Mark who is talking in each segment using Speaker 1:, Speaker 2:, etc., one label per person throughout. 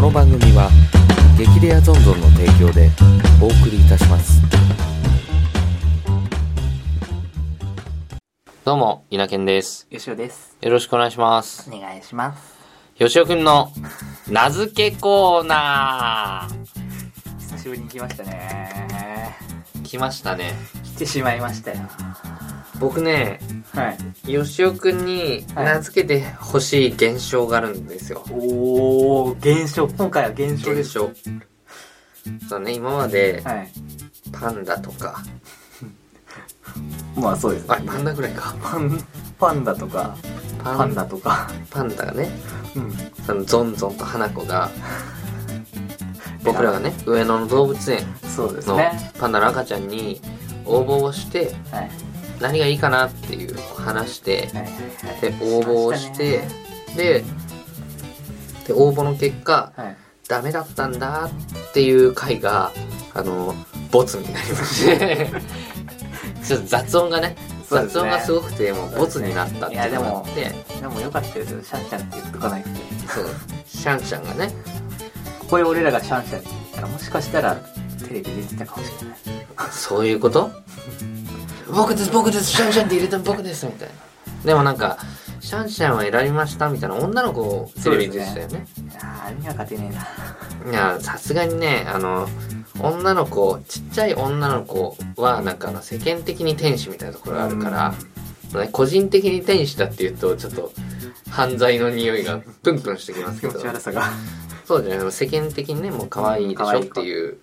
Speaker 1: の番組は激レアゾンゾンの提供でお送りいたしますどうも稲健です
Speaker 2: よしおです。
Speaker 1: よろしくお願いします
Speaker 2: お願いします。
Speaker 1: よしおくんの名付けコーナ
Speaker 2: 久しぶりに来ましたね。
Speaker 1: ー来ましたね
Speaker 2: 来てしまいましたよ。
Speaker 1: 僕ね
Speaker 2: はい。
Speaker 1: よしおくんに名付けてほしい現象があるんですよ
Speaker 2: おー、減少。今回は減少で
Speaker 1: 現
Speaker 2: す。
Speaker 1: 象そうね今まで
Speaker 2: はい。
Speaker 1: パンダとか
Speaker 2: まあそうです、
Speaker 1: あパンダぐらいか
Speaker 2: パン、パンダとか、パンダとか。
Speaker 1: パンダがね
Speaker 2: うん。
Speaker 1: そのゾンゾンと花子 が僕らがね上野の動物園
Speaker 2: そうです
Speaker 1: の
Speaker 2: ね。
Speaker 1: パンダの赤ちゃんに応募をして
Speaker 2: はい。
Speaker 1: 何がいいかなっていう話して
Speaker 2: はいはい。
Speaker 1: で応募をしてでで応募の結果
Speaker 2: はい。
Speaker 1: ダメだったんだっていう回があのボツになりまして ちょっと雑音がね
Speaker 2: そうで
Speaker 1: 雑
Speaker 2: すね
Speaker 1: 音がすごくてもうボツになったっていうのがあって、
Speaker 2: でもよかったですよ。シャンシャンって言っとかないと。
Speaker 1: そうシャンシャンがね
Speaker 2: ここで俺らがシャンシャンって言ったら、もしかしたらテレビ出てたかもしれない。
Speaker 1: そういうこと僕です僕ですシャンシャンって入れたの僕ですみたいなでもなんかシャンシャンは選びましたみたいな女の子をテレビでしたよね
Speaker 2: いやー、見なかてねえな。
Speaker 1: いやさすがにねあの女の子ちっちゃい女の子はなんかあの世間的に天使みたいなところがあるから、ね個人的に天使だって言うとちょっと犯罪の匂いがプンプンしてきます
Speaker 2: 気
Speaker 1: け
Speaker 2: 持
Speaker 1: ど
Speaker 2: ち悪さが。
Speaker 1: そうじゃない世間的にねもう可愛いでしょっていう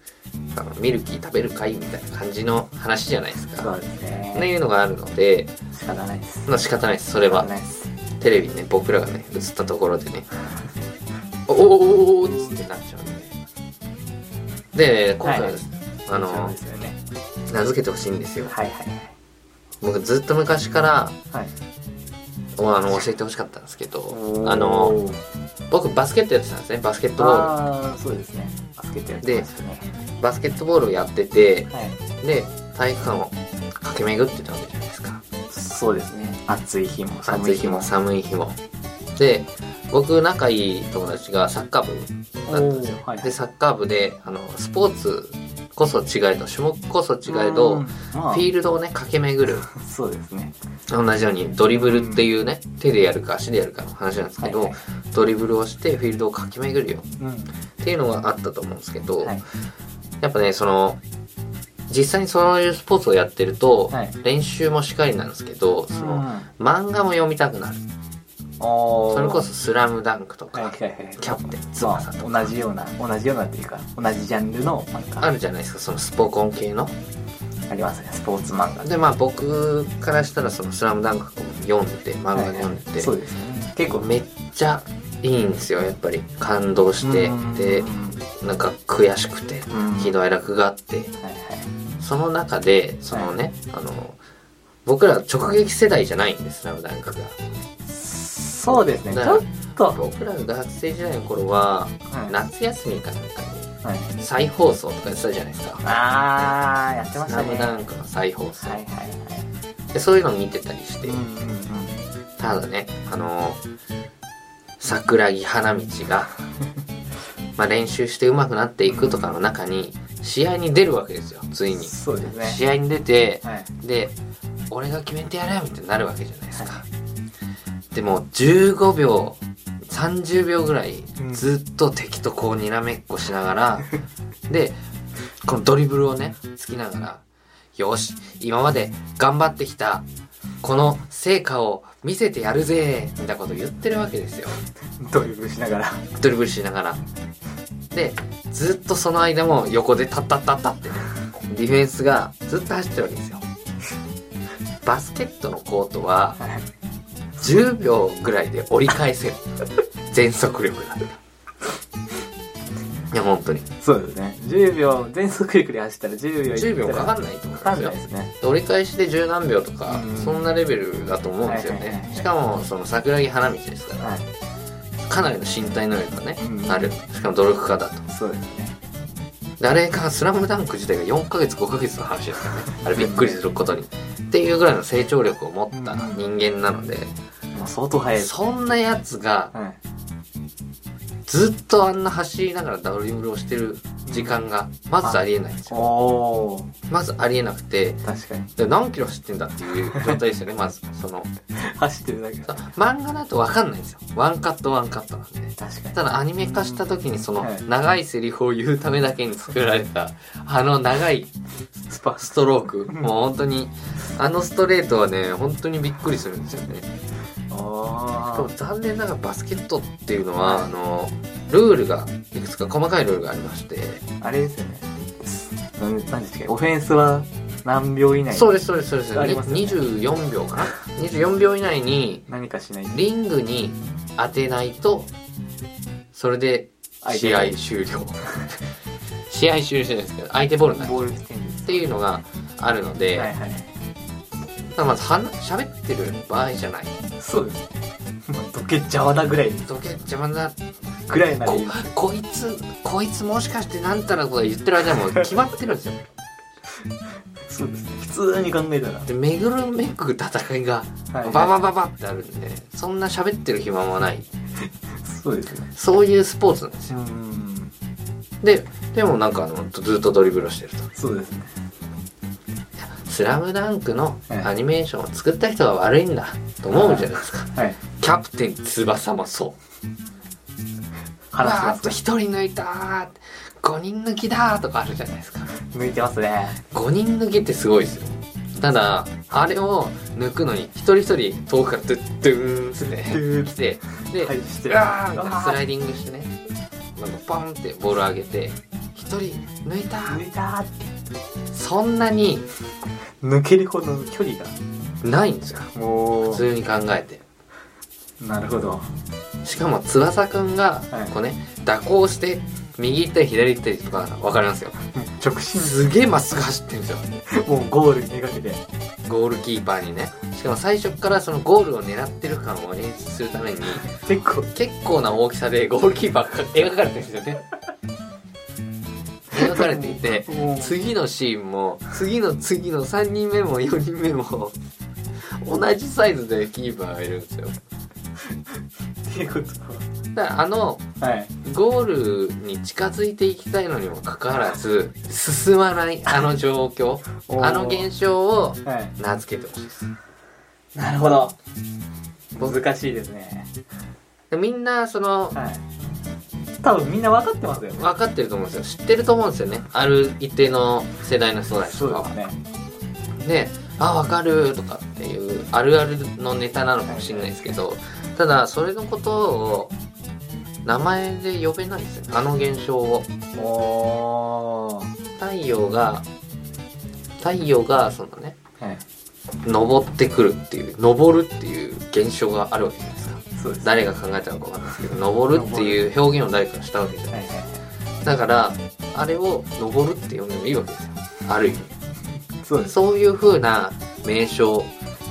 Speaker 1: あのミルキー食べるかいみたいな感じの話じゃないですか
Speaker 2: そうですね。
Speaker 1: っていうのがあるので、
Speaker 2: 仕方ないです。
Speaker 1: まあ、仕方ないですそれ
Speaker 2: 仕方
Speaker 1: は
Speaker 2: ないです。
Speaker 1: テレビにね僕らがね映ったところでね「おーおーおーおーっつってなっちゃうんでで今回はです、あ
Speaker 2: そう
Speaker 1: の
Speaker 2: ですよね。
Speaker 1: 名付けてほしいんですよ
Speaker 2: はいはい
Speaker 1: 僕ずっと昔から
Speaker 2: はい。はい。
Speaker 1: おあの教えてほしかったんですけどあの
Speaker 2: おー、
Speaker 1: 僕バスケットやってたんですねバスケットボー
Speaker 2: あーそうですね。バスケットやってましたね。
Speaker 1: ルバスケットボールをやってて
Speaker 2: はい。
Speaker 1: で体育館を駆け巡ってたわけじゃないですか
Speaker 2: そうですね。暑い日も寒
Speaker 1: 暑
Speaker 2: い
Speaker 1: い日
Speaker 2: 日も。
Speaker 1: も寒い日もで僕仲いい友達がサッカー部だったんですよ
Speaker 2: お、ーはい
Speaker 1: でサッカー部であのスポーツこそ違えど種目こそ違え
Speaker 2: う
Speaker 1: ど
Speaker 2: ん
Speaker 1: フ
Speaker 2: まあ
Speaker 1: ィールドをね駆け巡る
Speaker 2: そうですね。
Speaker 1: 同じようにドリブルっていうね、手でやるか足でやるかの話なんですけど、
Speaker 2: はいはい
Speaker 1: ドリブルをしてフィールドを駆け巡るよ
Speaker 2: うん。
Speaker 1: っていうのがあったと思うんですけど、
Speaker 2: はい。
Speaker 1: やっぱねその実際にそういうスポーツをやってると、
Speaker 2: はい
Speaker 1: 練習もしっかりなんですけどその、漫画も読みたくなる
Speaker 2: おー
Speaker 1: それこそ「スラムダンクと
Speaker 2: はい
Speaker 1: か
Speaker 2: はいはい。
Speaker 1: 「キャプテン
Speaker 2: ま
Speaker 1: 翼」と
Speaker 2: あ、
Speaker 1: か
Speaker 2: 同じような、同じようなっていうか、同じジャンルの漫画
Speaker 1: あるじゃないですかそのスポコン系の
Speaker 2: ありますね。スポーツ漫画。
Speaker 1: でまあ僕からしたら「そのスラムダンク読んでて漫画読んでて、
Speaker 2: はいそうですね。
Speaker 1: 結構めっちゃいいんですよやっぱり感動して
Speaker 2: うん
Speaker 1: で
Speaker 2: うん
Speaker 1: なんか悔しくて
Speaker 2: うん
Speaker 1: 喜怒哀楽があって
Speaker 2: はい
Speaker 1: その中でそのね、あの僕ら直撃世代じゃないんです「スラムダンクが
Speaker 2: はい。そうですね。ち
Speaker 1: だから
Speaker 2: ょっと。
Speaker 1: 僕らが学生時代の頃は
Speaker 2: はい
Speaker 1: 夏休みかなんかに
Speaker 2: はい
Speaker 1: 再放送とかやってたじゃないですか
Speaker 2: あー、やってま
Speaker 1: ス
Speaker 2: した
Speaker 1: ラ
Speaker 2: ね。
Speaker 1: ムダンクの再放送、
Speaker 2: はいはいはい。
Speaker 1: でそういうのを見てたりして、
Speaker 2: うんうんうん。
Speaker 1: ただねあの桜木花道 がまあ練習して上手くなっていくとかの中に試合に出るわけですよついに、
Speaker 2: そうですね。
Speaker 1: 試合に出て
Speaker 2: はい。
Speaker 1: で俺が決めてやれみたいになるわけじゃないですか、でも15秒30秒ぐらい
Speaker 2: うん
Speaker 1: ずっと敵とこうにらめっこしなが ら、でこのドリブルをねつきながらよし今まで頑張ってきたこの成果を見せてやるぜみたいなことを言ってるわけですよ
Speaker 2: ドリブルしながら。
Speaker 1: ドリブルしながらでずっとその間も横でタッタッタッタってねディフェンスがずっと走ってるわけですよバスケットのコートは
Speaker 2: はい
Speaker 1: 10秒ぐらいで折り返せる全速力だったいや本当に
Speaker 2: そうですね。10秒、全速力で走ったら10秒いったら
Speaker 1: 10秒かかんないと思
Speaker 2: かか
Speaker 1: うん
Speaker 2: ん
Speaker 1: です
Speaker 2: な
Speaker 1: よ
Speaker 2: いですね。
Speaker 1: 折り返しで十何秒とか、
Speaker 2: うん
Speaker 1: そんなレベルだと思うんですよ
Speaker 2: はいはいはいは
Speaker 1: ね
Speaker 2: い
Speaker 1: しかもその桜木花道ですから
Speaker 2: は
Speaker 1: かなりの身体能力がね、
Speaker 2: うん
Speaker 1: あるしかも努力家だと
Speaker 2: い。そうですね。
Speaker 1: 誰か「スラムダンク自体が4ヶ月5ヶ月の話ですからねあれびっくりすることにっていうぐらいの成長力を持った人間なので、
Speaker 2: もう相当速いです。
Speaker 1: そんなやつが
Speaker 2: はい。
Speaker 1: ずっとあんな走りながらドリブルをしてる時間がまずありえないんですよ
Speaker 2: おお
Speaker 1: まずありえなくて
Speaker 2: 確かに
Speaker 1: で何キロ走ってんだっていう状態 ですよねまずその
Speaker 2: 走ってるだけ
Speaker 1: そう漫画だと分かんないんですよワンカットワンカットなんで
Speaker 2: 確かに
Speaker 1: ただアニメ化した時にその
Speaker 2: はい
Speaker 1: 長いセリフを言うためだけに作られたあの長い
Speaker 2: スパ
Speaker 1: ストロークもう本当にあのストレートはね本当にびっくりするんですよねでも
Speaker 2: あ
Speaker 1: 残念ながらバスケットっていうのはあのルールがいくつか細かいルールがありまして
Speaker 2: ああれですよねなんなんですかオフェンスは何秒以内
Speaker 1: そうですそうですそうです
Speaker 2: ありますよね
Speaker 1: 24秒かな24秒以内に
Speaker 2: 何かしない
Speaker 1: リングに当てないとそれで
Speaker 2: 相手
Speaker 1: 試
Speaker 2: が
Speaker 1: 合終了 試合終了じゃないですけど相手ボールになる
Speaker 2: ボールステンです
Speaker 1: っていうのがあるので、
Speaker 2: はいはい
Speaker 1: ただまずはな喋ってる場合じゃない
Speaker 2: そうですねもうどけちゃわなぐらい
Speaker 1: どけ邪魔だ
Speaker 2: ぐらいなら
Speaker 1: こ
Speaker 2: いい
Speaker 1: こいつこいつもしかしてなんたらこと言ってる間に もう決まってるんですよ
Speaker 2: そうですね普通に考えたら
Speaker 1: で巡るめく戦いが
Speaker 2: は
Speaker 1: ババババってあるんでそんな喋ってる暇もない
Speaker 2: そうですね
Speaker 1: そういうスポーツなんです
Speaker 2: う
Speaker 1: よ
Speaker 2: ん
Speaker 1: ででもなんかあのずっとドリブルをしてると
Speaker 2: そうですね
Speaker 1: 「スラムダンクのアニメーションを作った人が悪いんだと思うじゃないですか
Speaker 2: はい
Speaker 1: キャプテン翼もそう
Speaker 2: 話し
Speaker 1: わ
Speaker 2: ま
Speaker 1: ーっと
Speaker 2: す
Speaker 1: 一人抜いたー5人抜きだーとかあるじゃないですか
Speaker 2: 抜いてますね
Speaker 1: 5人抜きってすごいですよただあれを抜くのに一人一人遠くからドゥッドゥーンっつ
Speaker 2: ドゥー
Speaker 1: っ
Speaker 2: ン
Speaker 1: て来てで、
Speaker 2: はいして
Speaker 1: う
Speaker 2: る
Speaker 1: わーみたいな
Speaker 2: うわー
Speaker 1: スライディングしてねなんかポンってボール上げて一人抜いた
Speaker 2: 抜いたーって
Speaker 1: そんなに
Speaker 2: 抜けるほどの距離が
Speaker 1: ないんですよ
Speaker 2: も
Speaker 1: 普通に考えて
Speaker 2: うなるほど
Speaker 1: しかも翼くんが
Speaker 2: はい
Speaker 1: こうね蛇行して右行ったり左行ったりとか分かりますよ
Speaker 2: 直進
Speaker 1: すげえまっすぐ走ってるんですよ
Speaker 2: もうゴールにめがけて
Speaker 1: ゴールキーパーにねしかも最初からそのゴールを狙ってる感を演出するために
Speaker 2: 結構
Speaker 1: 結構な大きさでゴールキーパーが描かれてるんですよね描かれていて
Speaker 2: もう
Speaker 1: 次のシーンも次の次の3人目も4人目も同じサイズでキーパーがいるんですよ
Speaker 2: っていうこと
Speaker 1: だからあの
Speaker 2: ははい
Speaker 1: ゴールに近づいていきたいのにもかかわらず進まないあの状況
Speaker 2: おー
Speaker 1: あの現象を
Speaker 2: はい
Speaker 1: 名付けてほしいです
Speaker 2: なるほど難しいですね
Speaker 1: でみんなその
Speaker 2: はい多分みんな分かってますよね
Speaker 1: 分かってると思うんですよ知ってると思うんですよねある一定の世代の人たち
Speaker 2: そ
Speaker 1: と
Speaker 2: う
Speaker 1: か
Speaker 2: で
Speaker 1: は
Speaker 2: すね
Speaker 1: で「あ分かる」とかっていうあるあるのネタなのかもしれないですけどただそれのことを名前で呼べないですよねあの現象を
Speaker 2: おー
Speaker 1: 太陽が太陽がそのね
Speaker 2: はい
Speaker 1: 登ってくるっていう登るっていう現象があるわけじゃないですか
Speaker 2: そうです
Speaker 1: 誰が考えたのか分かんないですけど登るっていう表現を誰かがしたわけじゃない
Speaker 2: はいはい
Speaker 1: だからあれを登るって呼んでもいいわけですよある意味
Speaker 2: そうです
Speaker 1: そういう風な名称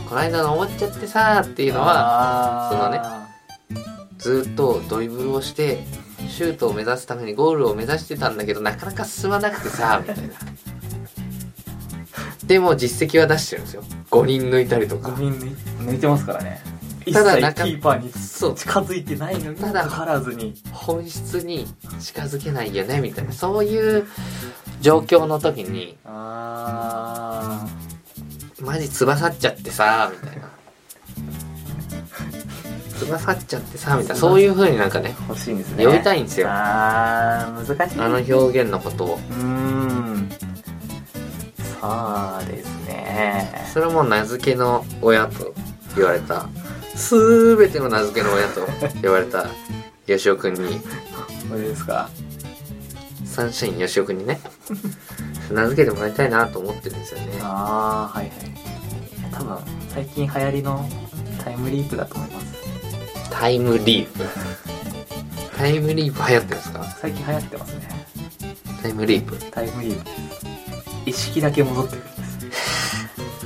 Speaker 1: この間登っちゃってさーっていうのは
Speaker 2: は
Speaker 1: そのねずっとドリブルをしてシュートを目指すためにゴールを目指してたんだけどなかなか進まなくてさーみたいなでも実績は出してるんですよ5人抜いたりとか
Speaker 2: 5人抜い抜いてますからね一
Speaker 1: ただ
Speaker 2: 切
Speaker 1: 中
Speaker 2: キーパーに
Speaker 1: そう
Speaker 2: 近づいてないのに
Speaker 1: た
Speaker 2: か
Speaker 1: だ
Speaker 2: かわらずに
Speaker 1: 本質に近づけないよねみたいなそういう状況の時に
Speaker 2: あ
Speaker 1: マジ翼っちゃってさーみたいな翼っちゃってさーみたいなそういう風になんかね
Speaker 2: ー欲しいんですね
Speaker 1: 呼びたいんですよ
Speaker 2: あー難しい
Speaker 1: あの表現のことを
Speaker 2: うーんそうですね
Speaker 1: それも名付けの親と言われたすべての名付けの親と言われた吉尾くんに
Speaker 2: これですか
Speaker 1: サンシャイン吉尾くんにね名付けてもらいたいなと思ってるんですよね
Speaker 2: ああはいはい多分最近流行りのタイムリープだと思います
Speaker 1: タイムリープタイムリープ流行ってるんですか
Speaker 2: 最近流行ってますね
Speaker 1: タイムリープ
Speaker 2: タイムリープ意識だけ戻ってくるんです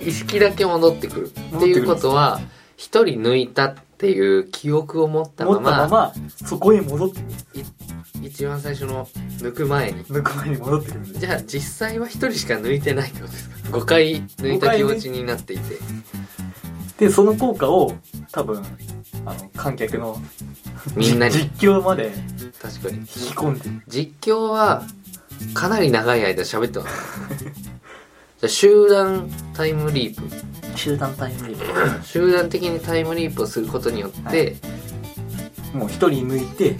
Speaker 1: 意識だけ戻ってくるっていうことは一人抜いたっていう記憶を持った
Speaker 2: 持
Speaker 1: ま
Speaker 2: った
Speaker 1: ま
Speaker 2: ままそこへ戻ってくる
Speaker 1: 一番最初の抜く前に
Speaker 2: 抜く前に戻ってくるんです
Speaker 1: じゃあ実際は一人しか抜いてないってことですか5回抜いた気持ちになっていて
Speaker 2: でその効果を多分あの観客の
Speaker 1: みんなに
Speaker 2: 実況まで
Speaker 1: 確かに
Speaker 2: 引き込んでる
Speaker 1: 実況はかなり長い間喋ってます集団タイムリープ
Speaker 2: 集団タイムリー
Speaker 1: 集団的にタイムリープをすることによって、
Speaker 2: はいプもう一人抜いて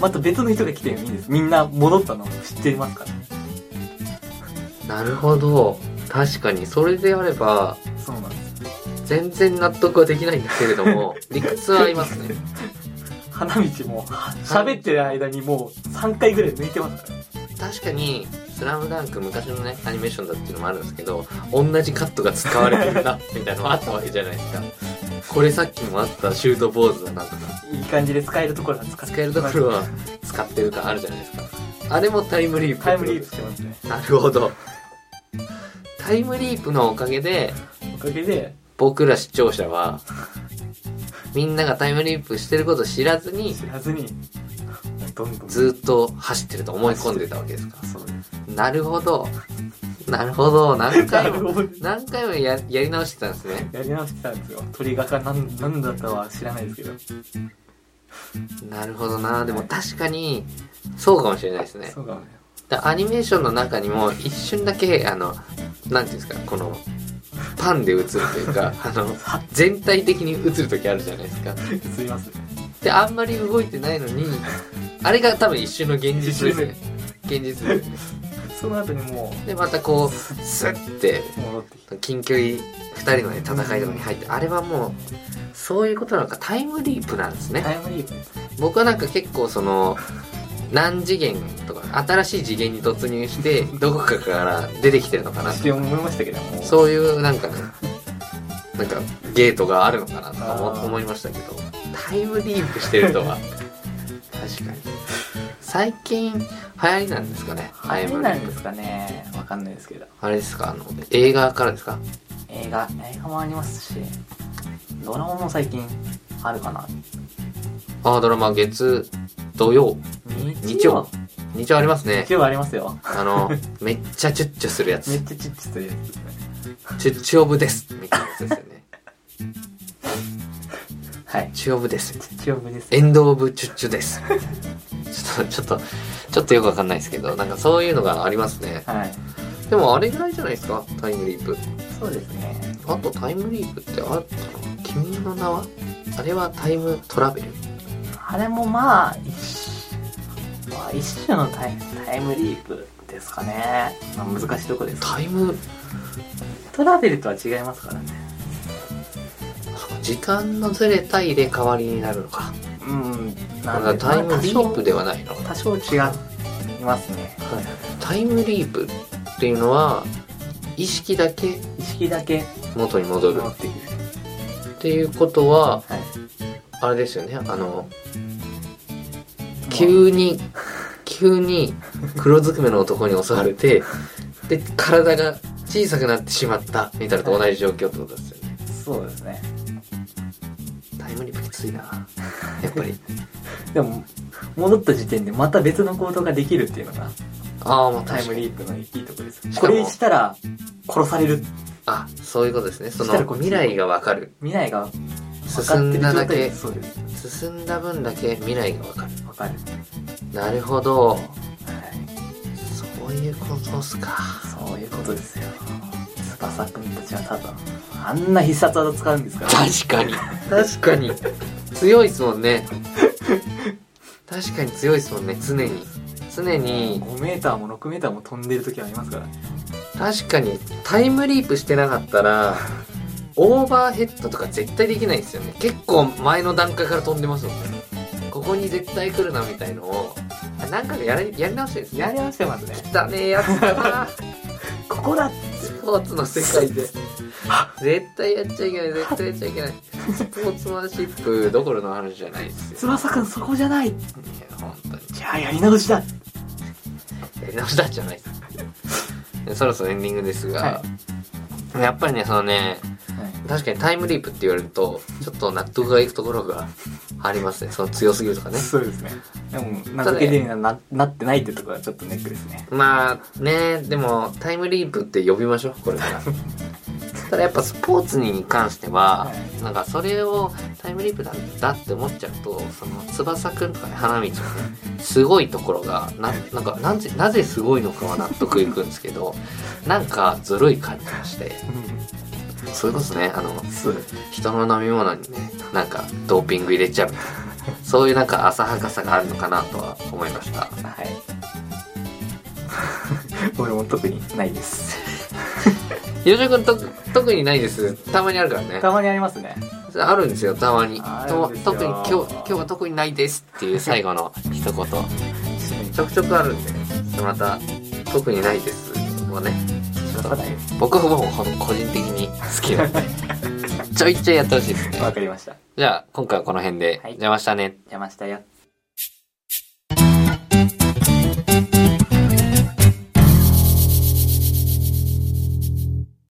Speaker 2: また別の人が来てもいいですみんな戻ったのを知ってますから
Speaker 1: なるほど確かにそれであれば
Speaker 2: そうなんです
Speaker 1: 全然納得はできないんですけれども理屈は合いますね
Speaker 2: 花道もは喋ってる間にもう3回ぐらい抜いてますから
Speaker 1: 確かに「スラムダンク昔のねアニメーションだっていうのもあるんですけど同じカットが使われてるなみたいなのもあったわけじゃないですかこれさっきもあったシュート坊主だなとか
Speaker 2: いい感じで使えるところは使っ
Speaker 1: 使
Speaker 2: て
Speaker 1: えるところは 使ってる感あるじゃないですかあれもタイムリープ
Speaker 2: タイムリープしてますね
Speaker 1: なるほどタイムリープのおかげで
Speaker 2: おかげで
Speaker 1: 僕ら視聴者はみんながタイムリープしてることを知らずに
Speaker 2: 知らずにどんどん
Speaker 1: ずっと走ってると思い込んでたわけですか
Speaker 2: そうです
Speaker 1: なるほどなるほど何回 も
Speaker 2: だいぶ
Speaker 1: 何回もややり直してたんですね
Speaker 2: やり直してたんですよ鳥がかなんなんだったは知らないですけど、
Speaker 1: なるほどなでも確かにそうかもしれないですね
Speaker 2: そうかもね
Speaker 1: だアニメーションの中にも一瞬だけあのなんていうんですかこのパンで映るというかあの全体的に映る時あるじゃないですか
Speaker 2: すいますね
Speaker 1: であんまり動いてないのにあれが多分一瞬の現実ですね現実ですね
Speaker 2: その後にも
Speaker 1: でまたこうスッて
Speaker 2: う戻ってきて
Speaker 1: 近距離2人の、ね、戦いとかに入ってあれはもうそういうことなのかタイムリープなんですね
Speaker 2: タイムリープです
Speaker 1: 僕はなんか結構その何次元とか新しい次元に突入してどこかから出てきてるのかな
Speaker 2: 一瞬思いましたけども
Speaker 1: そういうなんかねなんかゲートがあるのかなとか
Speaker 2: あ
Speaker 1: 思
Speaker 2: ー
Speaker 1: 思いましたけどタイムリープしてると は確かに最近流行りなんですかね
Speaker 2: あれ
Speaker 1: タイムリ
Speaker 2: な
Speaker 1: ー
Speaker 2: ん
Speaker 1: プ
Speaker 2: ですかねわかんないですけど
Speaker 1: あれですかあの映画からですか
Speaker 2: 映画映画もありますしドラマも最近あるかな
Speaker 1: あードラマ月土曜日曜日曜ありますね
Speaker 2: 日曜ありますよ
Speaker 1: あのめっちゃチュッチュするや
Speaker 2: め
Speaker 1: つ
Speaker 2: っちゃちっちゃというやつですね
Speaker 1: チュッチュオブですみたいなやつですよね
Speaker 2: はい
Speaker 1: チュオブです
Speaker 2: 日曜日です
Speaker 1: エンド・オブ・チュッチュです。ちょっと、ちょっと、ちょっとよくわかんないですけど、なんかそういうのがありますね。
Speaker 2: はい
Speaker 1: でもあれぐらいじゃないですか、タイムリープ。
Speaker 2: そうですね
Speaker 1: あとタイムリープってあったの君の名はあれはタイムトラベル
Speaker 2: あれもまあ一種まあ一種のタイタイムリープですかね、まあ、難しいとこです
Speaker 1: タイム、
Speaker 2: トラベルとは違いますからね
Speaker 1: そうか時間のずれた入れ替わりになるのか。
Speaker 2: うん
Speaker 1: だからタイムリープで
Speaker 2: は
Speaker 1: はないの。
Speaker 2: 多少多少違いますね
Speaker 1: タイムリープっていうのは、意識だけ
Speaker 2: 意識だけ
Speaker 1: 元に戻る
Speaker 2: 戻ってくる
Speaker 1: っていうことは、
Speaker 2: はい
Speaker 1: あれですよねあの急に急に黒ずくめの男に襲われてで体が小さくなってしまったみたいなのと同じ状況ってことですよね
Speaker 2: そうですね
Speaker 1: タイムリープきついなやっぱり
Speaker 2: でも戻った時点でまた別の行動ができるっていうのが
Speaker 1: ああもう
Speaker 2: タイム
Speaker 1: ー
Speaker 2: リープのいいとこです
Speaker 1: しか
Speaker 2: こ
Speaker 1: も
Speaker 2: れしたら殺される
Speaker 1: プあそういうことですねそ
Speaker 2: し
Speaker 1: の
Speaker 2: たらこっち
Speaker 1: 未来がわかる
Speaker 2: 未来が分か
Speaker 1: 進
Speaker 2: って
Speaker 1: ん
Speaker 2: る
Speaker 1: だ
Speaker 2: 状態
Speaker 1: だ
Speaker 2: で
Speaker 1: け
Speaker 2: そうです
Speaker 1: 進んだ分だけ未来がわかる
Speaker 2: 分かる
Speaker 1: なるほど
Speaker 2: はい
Speaker 1: そういうことっすか
Speaker 2: そういうことですよ翼くんたちは多分あんな必殺技使うんですから
Speaker 1: 確かに確かに強いですもんね確かに強いですもんね常に常に
Speaker 2: 5メーターも6メーターも飛んでる時ありますからね
Speaker 1: 確かにタイムリープしてなかったらオーバーヘッドとか絶対できないですよね結構前の段階から飛んでますもんねここに絶対来るなみたいのをあなんかやりやり直してるんです
Speaker 2: や
Speaker 1: ね
Speaker 2: り合わせてますね
Speaker 1: 汚ねえやつだな
Speaker 2: ここだ
Speaker 1: スポーツの世界で絶対やっちゃいけない絶対やっちゃいけないスポーツマンシップどころの話じゃないですよ
Speaker 2: 翼くんそこじゃない
Speaker 1: いや本当に
Speaker 2: じゃあやり直しだ
Speaker 1: やり直しだじゃないですでそろそろエンディングですが
Speaker 2: は、
Speaker 1: やっぱりねそのね確かにタイムリープって言われるとちょっと納得がいくところがありますねその強すぎるとかね
Speaker 2: そうですねでも名付けてにはななってないってところはちょっとネックですね
Speaker 1: まあねでもタイムリープって呼びましょうこれからただやっぱスポーツに関しては、
Speaker 2: はい
Speaker 1: なんかそれをタイムリープだだって思っちゃうとその翼くんとかね花道のねすごいところがななんかなぜなぜすごいのかは納得いくんですけどなんかずるい感じがしてそれこそねあの
Speaker 2: そう
Speaker 1: 人の飲み物にねなんかドーピング入れちゃうみたいなそういうなんか浅はかさがあるのかなとは思いました
Speaker 2: はい 俺も特にないです
Speaker 1: ひろしくんと特にないですたまにあるからね
Speaker 2: たまにありますね
Speaker 1: あるんですよたまに
Speaker 2: あ
Speaker 1: と
Speaker 2: るんですよ
Speaker 1: 特に今日今日は特にないですっていう最後の一言ちょくちょくあるんでまた特にないですをね
Speaker 2: 出さない
Speaker 1: 僕はもう個人的に好きなんで ちょいちょいやってほしいですね
Speaker 2: わかりました
Speaker 1: じゃあ今回はこの辺で、
Speaker 2: はい
Speaker 1: 邪魔したね
Speaker 2: 邪魔したよ